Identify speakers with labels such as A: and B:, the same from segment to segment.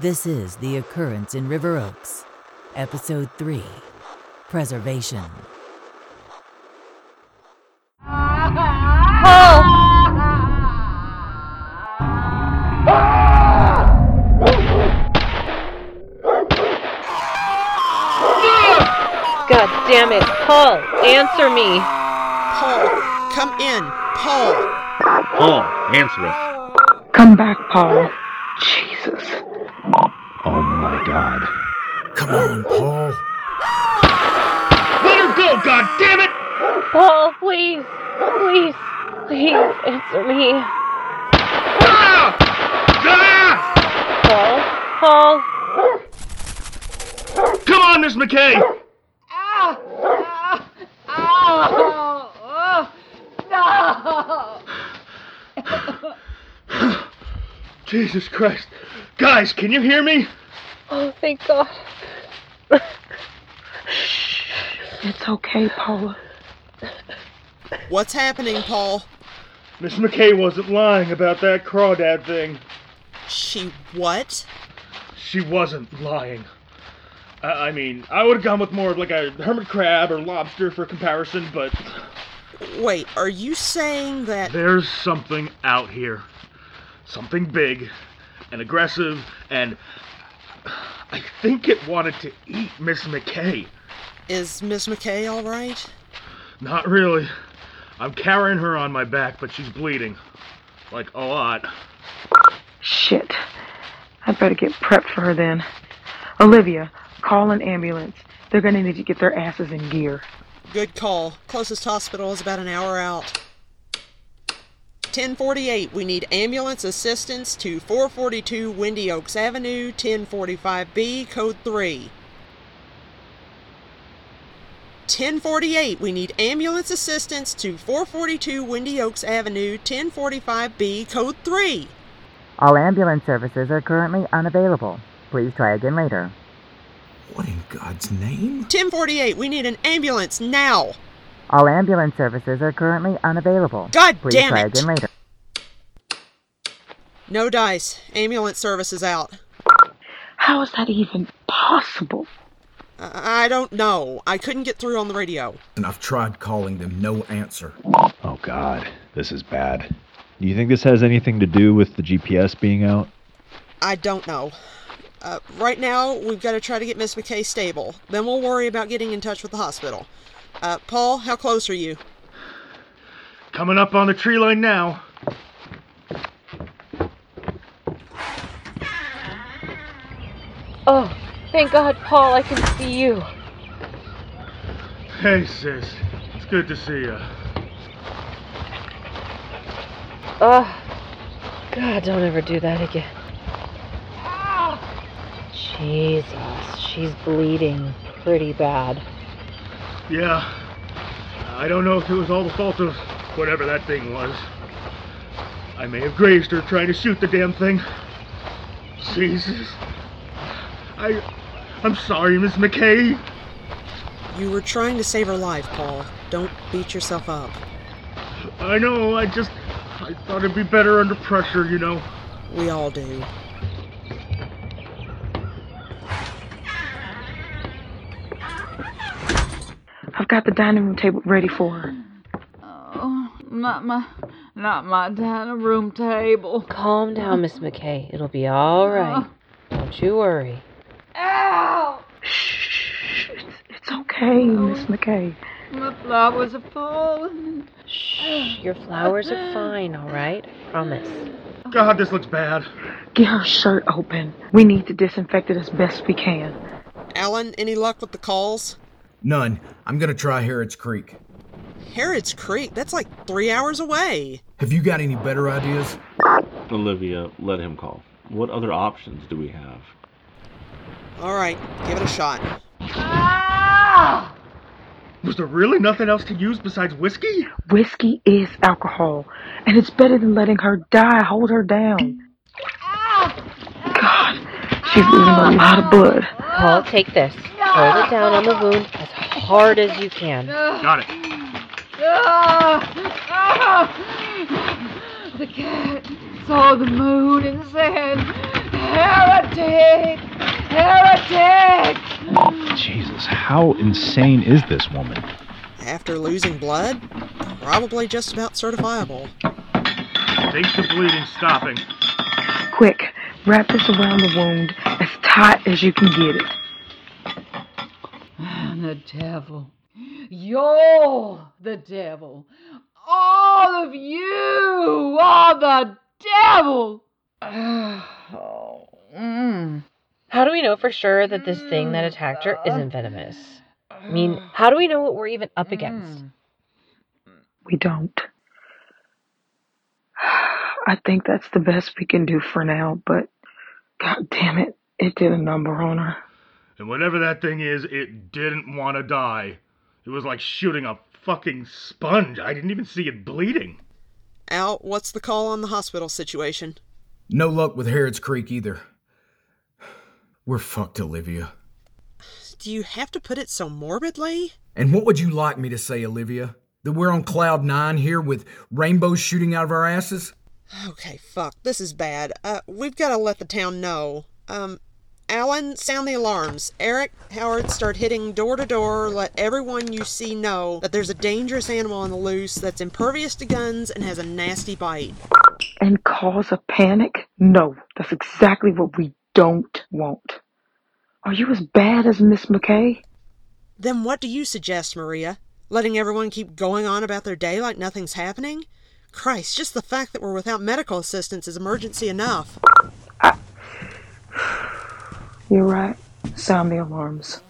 A: This is The Occurrence in River Oaks, Episode 3 Preservation.
B: God damn it, Paul, answer me.
C: Paul, come in, Paul.
D: Paul, answer us.
E: Come back, Paul. Jesus.
D: Oh my god.
F: Come on, Paul.
D: Let her go, god damn it!
B: Paul, please, please, please answer me.
D: Ah! Ah!
B: Paul, Paul,
D: Come on, Miss McKay!
B: Oh,
D: Jesus Christ. Guys, can you hear me?
B: oh thank God.
E: It's okay, Paula.
C: What's happening, Paul?
D: Miss McKay wasn't lying about that crawdad thing.
C: She what?
D: She wasn't lying. I, I mean, I would have gone with more of like a hermit crab or lobster for comparison, but
C: Wait, are you saying that
D: There's something out here. Something big and aggressive, and I think it wanted to eat Miss McKay.
C: is Miss McKay all right?
D: Not really. I'm carrying her on my back, but she's bleeding. Like, a lot.
E: Shit. I better get prepped for her then. Olivia, call an ambulance. They're gonna need to get their asses in gear.
C: Good call. Closest hospital is about an hour out. 1048, we need ambulance assistance to 442 Windy Oaks Avenue, 1045B, code 3. 1048, we need ambulance assistance to 442 Windy Oaks Avenue, 1045B, code 3.
A: All ambulance services are currently unavailable. Please try again later.
F: What in God's name?
C: 1048, we need an ambulance now.
A: All ambulance services are currently unavailable.
C: God
A: Please
C: damn
A: try
C: it.
A: again later.
C: No dice. Ambulance service is out.
E: How is that even possible?
C: I I don't know. I couldn't get through on the radio.
F: And I've tried calling them, no answer.
G: Oh god, this is bad. Do you think this has anything to do with the GPS being out?
C: I don't know. Uh, right now, we've got to try to get Miss McKay stable. Then we'll worry about getting in touch with the hospital. Uh, Paul, how close are you?
D: Coming up on the tree line now.
B: Oh, thank God, Paul, I can see you.
D: Hey, sis. It's good to see you.
B: Oh, God, don't ever do that again. Jesus, she's bleeding pretty bad.
D: Yeah. I don't know if it was all the fault of whatever that thing was. I may have grazed her trying to shoot the damn thing. Jesus. I. I'm sorry, Miss McKay.
C: You were trying to save her life, Paul. Don't beat yourself up.
D: I know, I just. I thought it'd be better under pressure, you know.
C: We all do.
E: I've got the dining room table ready for her.
H: Oh, not my, not my dining room table.
B: Calm down, Miss McKay. It'll be all right. Don't you worry.
H: Ow!
E: Shh. It's, it's okay, Miss McKay.
H: My flowers are falling.
B: Shh, your flowers are fine, all right? I promise.
D: God, this looks bad.
E: Get her shirt open. We need to disinfect it as best we can.
C: Alan, any luck with the calls?
F: None. I'm gonna try Harrod's Creek.
C: Harrods Creek, that's like three hours away.
F: Have you got any better ideas?
I: Olivia, let him call. What other options do we have?
C: All right, give it a shot.
H: Ah!
D: Was there really nothing else to use besides whiskey?
E: Whiskey is alcohol, and it's better than letting her die. Hold her down.
H: Ah!
E: God, she's losing a lot of blood.
B: Paul, take this. Hold it down on the wound as hard as you can.
D: Got it.
H: Ah! Ah! The cat, saw the moon and said, Heretic! Heretic!
G: Jesus, how insane is this woman?
C: After losing blood? Probably just about certifiable.
D: Think the bleeding's stopping.
E: Quick, wrap this around the wound as tight as you can get it.
H: And the devil. You're the devil. All of you are the devil. Oh, mm.
B: How do we know for sure that this thing that attacked her isn't venomous? I mean, how do we know what we're even up against?
E: We don't. I think that's the best we can do for now, but god damn it, it did a number on her.
D: And whatever that thing is, it didn't want to die. It was like shooting a fucking sponge. I didn't even see it bleeding.
C: Al, what's the call on the hospital situation?
F: No luck with Harrods Creek either. We're fucked, Olivia.
C: Do you have to put it so morbidly?
F: And what would you like me to say, Olivia? That we're on cloud nine here with rainbows shooting out of our asses?
C: Okay, fuck, this is bad. Uh, we've got to let the town know. Um, Alan, sound the alarms. Eric, Howard, start hitting door to door. Let everyone you see know that there's a dangerous animal on the loose that's impervious to guns and has a nasty bite.
E: And cause a panic? No, that's exactly what we don't want. Are you as bad as Miss McKay?
C: Then what do you suggest, Maria? Letting everyone keep going on about their day like nothing's happening? Christ, just the fact that we're without medical assistance is emergency enough.
E: You're right. Sound the alarms.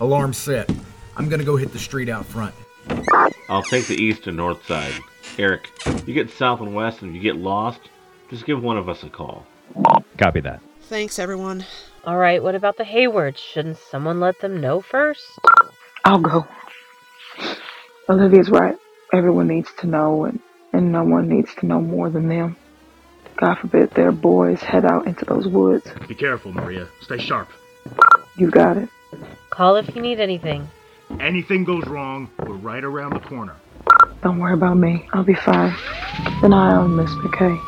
F: Alarm set. I'm gonna go hit the street out front.
I: I'll take the east and north side. Eric, you get south and west and if you get lost, just give one of us a call.
G: Copy that.
C: Thanks, everyone.
B: All right, what about the Haywards? Shouldn't someone let them know first?
E: I'll go. Olivia's right. Everyone needs to know, and, and no one needs to know more than them. God forbid their boys head out into those woods.
D: Be careful, Maria. Stay sharp.
E: You got it.
B: Call if you need anything.
D: Anything goes wrong, we're right around the corner.
E: Don't worry about me. I'll be fine. Then I own Miss McKay.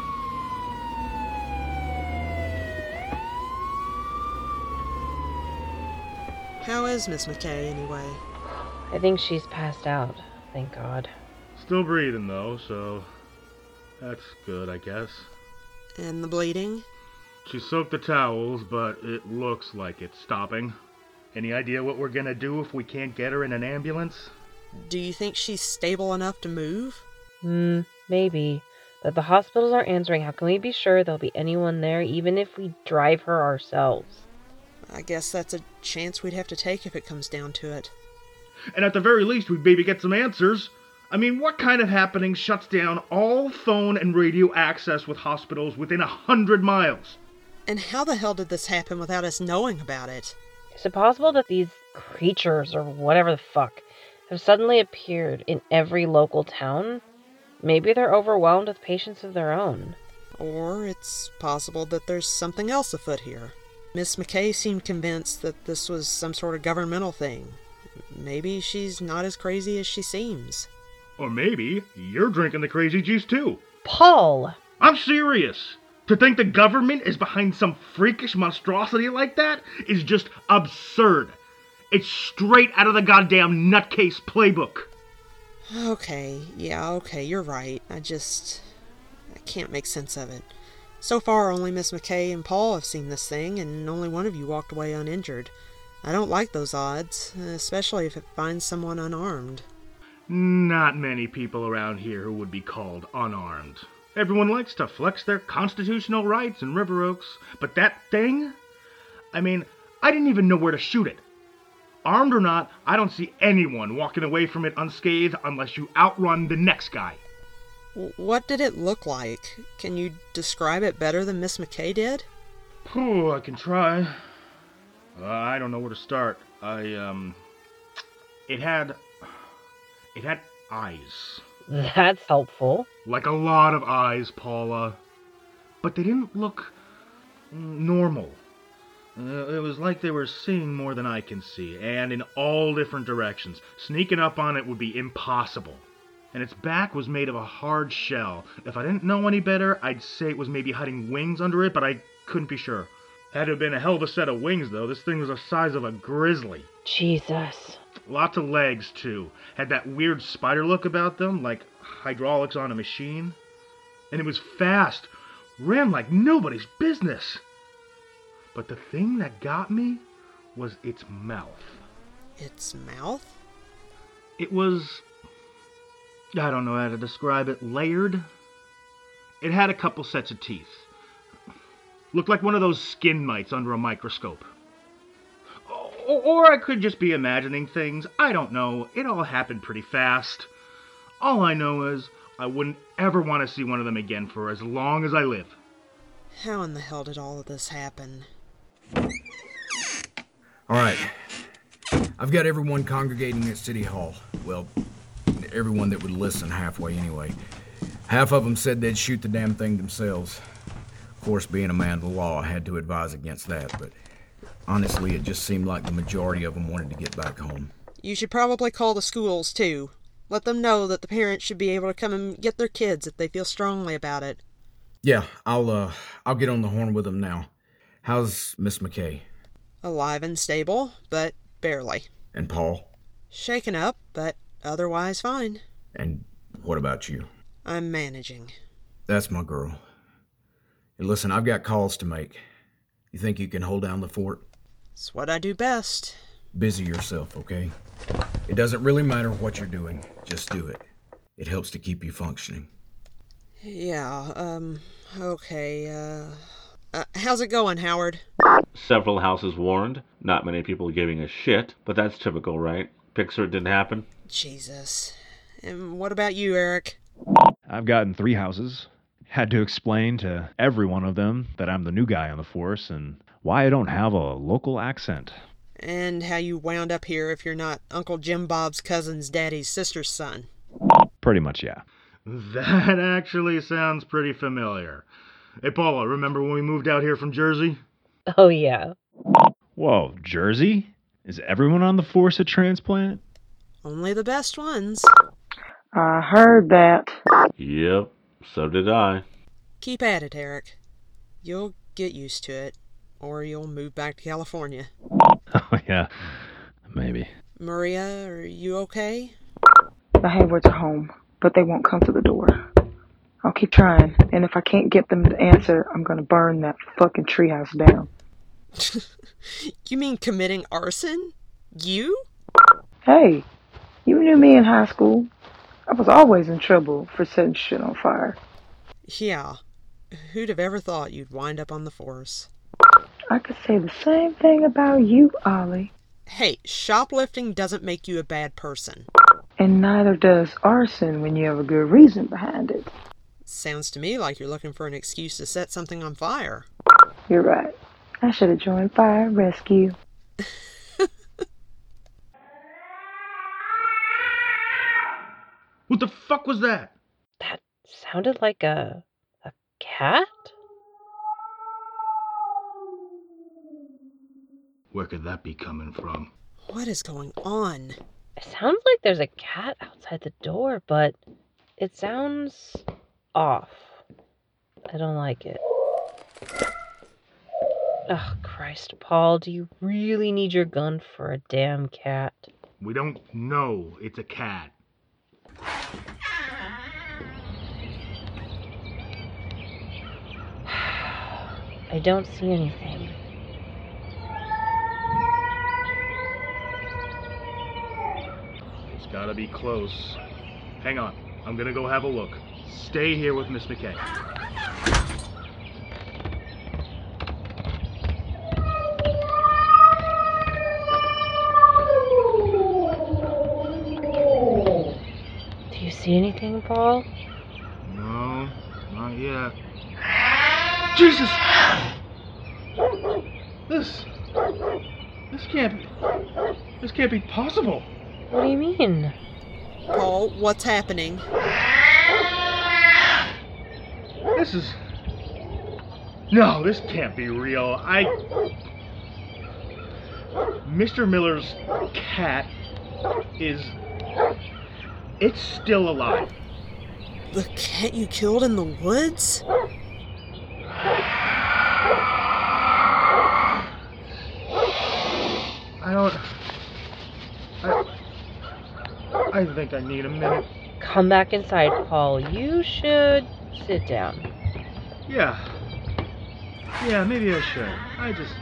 C: How is Miss McKay, anyway?
B: I think she's passed out. Thank God.
D: Still breathing, though, so that's good, I guess.
C: And the bleeding?
D: She soaked the towels, but it looks like it's stopping. Any idea what we're gonna do if we can't get her in an ambulance?
C: Do you think she's stable enough to move?
B: Hmm, maybe. But the hospitals aren't answering. How can we be sure there'll be anyone there, even if we drive her ourselves?
C: I guess that's a chance we'd have to take if it comes down to it.
D: And at the very least, we'd maybe get some answers. I mean, what kind of happening shuts down all phone and radio access with hospitals within a hundred miles?
C: And how the hell did this happen without us knowing about it?
B: Is it possible that these creatures, or whatever the fuck, have suddenly appeared in every local town? Maybe they're overwhelmed with patients of their own.
C: Or it's possible that there's something else afoot here. Miss McKay seemed convinced that this was some sort of governmental thing. Maybe she's not as crazy as she seems.
D: Or maybe you're drinking the crazy juice too.
B: Paul!
D: I'm serious. To think the government is behind some freakish monstrosity like that is just absurd. It's straight out of the goddamn nutcase playbook.
C: Okay, yeah, okay, you're right. I just. I can't make sense of it. So far, only Miss McKay and Paul have seen this thing, and only one of you walked away uninjured. I don't like those odds, especially if it finds someone unarmed.
D: Not many people around here who would be called unarmed. Everyone likes to flex their constitutional rights in River Oaks, but that thing? I mean, I didn't even know where to shoot it. Armed or not, I don't see anyone walking away from it unscathed unless you outrun the next guy.
C: W- What did it look like? Can you describe it better than Miss McKay did?
D: Phew, I can try. Uh, I don't know where to start. I, um. It had. It had eyes.
B: That's helpful.
D: Like a lot of eyes, Paula. But they didn't look normal. Uh, it was like they were seeing more than I can see, and in all different directions. Sneaking up on it would be impossible. and its back was made of a hard shell. If I didn't know any better, I'd say it was maybe hiding wings under it, but I couldn't be sure. Had to have been a hell of a set of wings, though. This thing was the size of a grizzly.
B: Jesus.
D: Lots of legs, too. Had that weird spider look about them, like hydraulics on a machine. And it was fast, ran like nobody's business. But the thing that got me was its mouth.
C: Its mouth?
D: It was. I don't know how to describe it. Layered. It had a couple sets of teeth. Looked like one of those skin mites under a microscope. O- Or I could just be imagining things. I don't know. It all happened pretty fast. All I know is I wouldn't ever want to see one of them again for as long as I live.
C: How in the hell did all of this happen?
F: All right. I've got everyone congregating at City Hall. Well, everyone that would listen halfway anyway. Half of them said they'd shoot the damn thing themselves. Of course, being a man of the law, I had to advise against that, but honestly, it just seemed like the majority of them wanted to get back home.
C: You should probably call the schools, too. Let them know that the parents should be able to come and get their kids if they feel strongly about it.
F: Yeah, I'll uh I'll get on the horn with them now. How's Miss McKay
C: Alive and stable, but barely.
F: and Paul?
C: Shaken up, but otherwise fine.
F: And what about you?
C: I'm managing.
F: That's my girl. And listen, I've got calls to make. You think you can hold down the fort?
C: It's what I do best.
F: Busy yourself, okay? It doesn't really matter what you're doing. Just do it. It helps to keep you functioning.
C: Yeah, um, okay, uh, uh, how's it going, Howard?
I: Several houses warned, not many people giving a shit, but that's typical, right? Pixar didn't happen.
C: Jesus. And what about you, Eric?
G: I've gotten three houses. Had to explain to every one of them that I'm the new guy on the force and why I don't have a local accent.
C: And how you wound up here if you're not Uncle Jim Bob's cousin's daddy's sister's son.
G: Pretty much, yeah.
D: That actually sounds pretty familiar. Hey, Paula, remember when we moved out here from Jersey?
B: Oh, yeah.
G: Whoa, Jersey? Is everyone on the force a transplant?
C: Only the best ones.
E: I heard that.
I: Yep, so did I.
C: Keep at it, Eric. You'll get used to it, or you'll move back to California.
G: Oh, yeah. Maybe.
C: Maria, are you okay?
E: The Haywards are home, but they won't come to the door. I'll keep trying, and if I can't get them to answer, I'm gonna burn that fucking treehouse down.
C: You mean committing arson? You?
E: Hey, you knew me in high school. I was always in trouble for setting shit on fire.
C: Yeah. Who'd have ever thought you'd wind up on the force?
E: I could say the same thing about you, Ollie,
C: Hey, shoplifting doesn't make you a bad person.
E: and neither does arson when you have a good reason behind it.
C: Sounds to me like you're looking for an excuse to set something on fire.
E: You're right. I should have joined fire rescue.
D: What the fuck was that?
B: That sounded like a. a cat?
D: Where could that be coming from?
C: What is going on?
B: It sounds like there's a cat outside the door, but it sounds off. I don't like it. Oh, Christ, Paul, do you really need your gun for a damn cat?
D: We don't know. It's a cat.
B: I don't see anything.
D: It's gotta be close. Hang on. I'm gonna go have a look. Stay here with Miss McKay.
B: Do you see anything, Paul?
D: No, not yet. Jesus! This. This can't be. This can't be possible.
B: What do you mean?
C: Paul, what's happening?
D: This is. No, this can't be real. I. Mr. Miller's cat is It's still alive.
C: The cat you killed in the woods?
D: I don't. I. I think I need a minute.
B: Come back inside, Paul. You should sit down.
D: Yeah. Yeah, maybe I should. I just.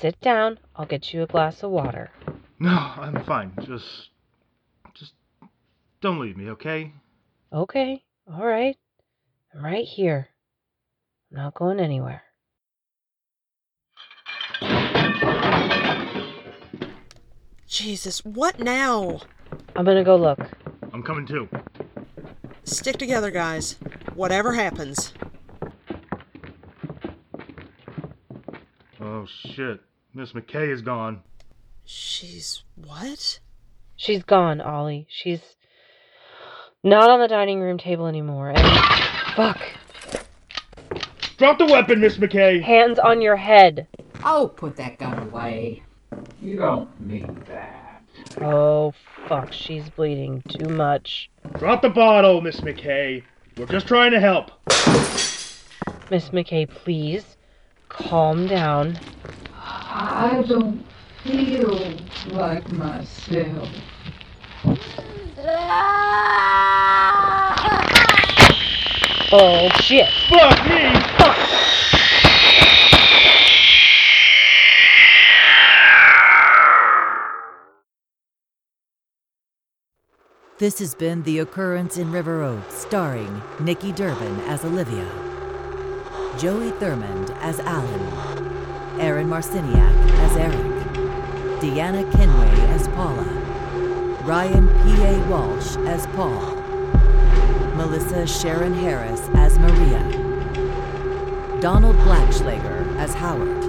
B: Sit down. I'll get you a glass of water.
D: No, I'm fine. Just. Just. Don't leave me, okay?
B: Okay. All right. I'm right here. I'm not going anywhere.
C: Jesus, what now?
B: I'm gonna go look.
D: I'm coming too.
C: Stick together, guys. Whatever happens.
D: Oh, shit. Miss McKay is gone.
C: She's what?
B: She's gone, Ollie. She's not on the dining room table anymore. And fuck.
D: Drop the weapon, Miss McKay!
B: Hands on your head.
J: Oh, put that gun away. You don't mean that.
B: Oh fuck, she's bleeding too much.
D: Drop the bottle, Miss McKay! We're just trying to help!
B: Miss McKay, please calm down.
J: I don't feel like myself.
B: Oh shit.
D: Fuck me!
A: This has been The Occurrence in River Oaks, starring Nikki Durbin as Olivia, Joey Thurmond as Alan, Aaron Marciniak as Eric, Deanna Kenway as Paula, Ryan P.A. Walsh as Paul, Melissa Sharon Harris as Maria, Donald Blackschlager as Howard,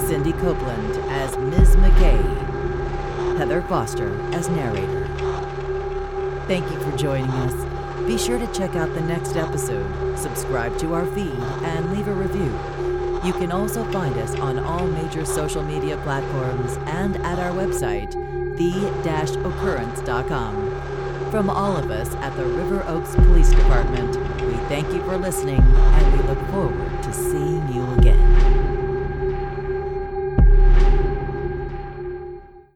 A: Cindy Copeland as Ms. McKay, Heather Foster as narrator. Thank you for joining us. Be sure to check out the next episode, subscribe to our feed, and leave a review. You can also find us on all major social media platforms and at our website, the-occurrence.com. From all of us at the River Oaks Police Department, we thank you for listening and we look forward to seeing you again.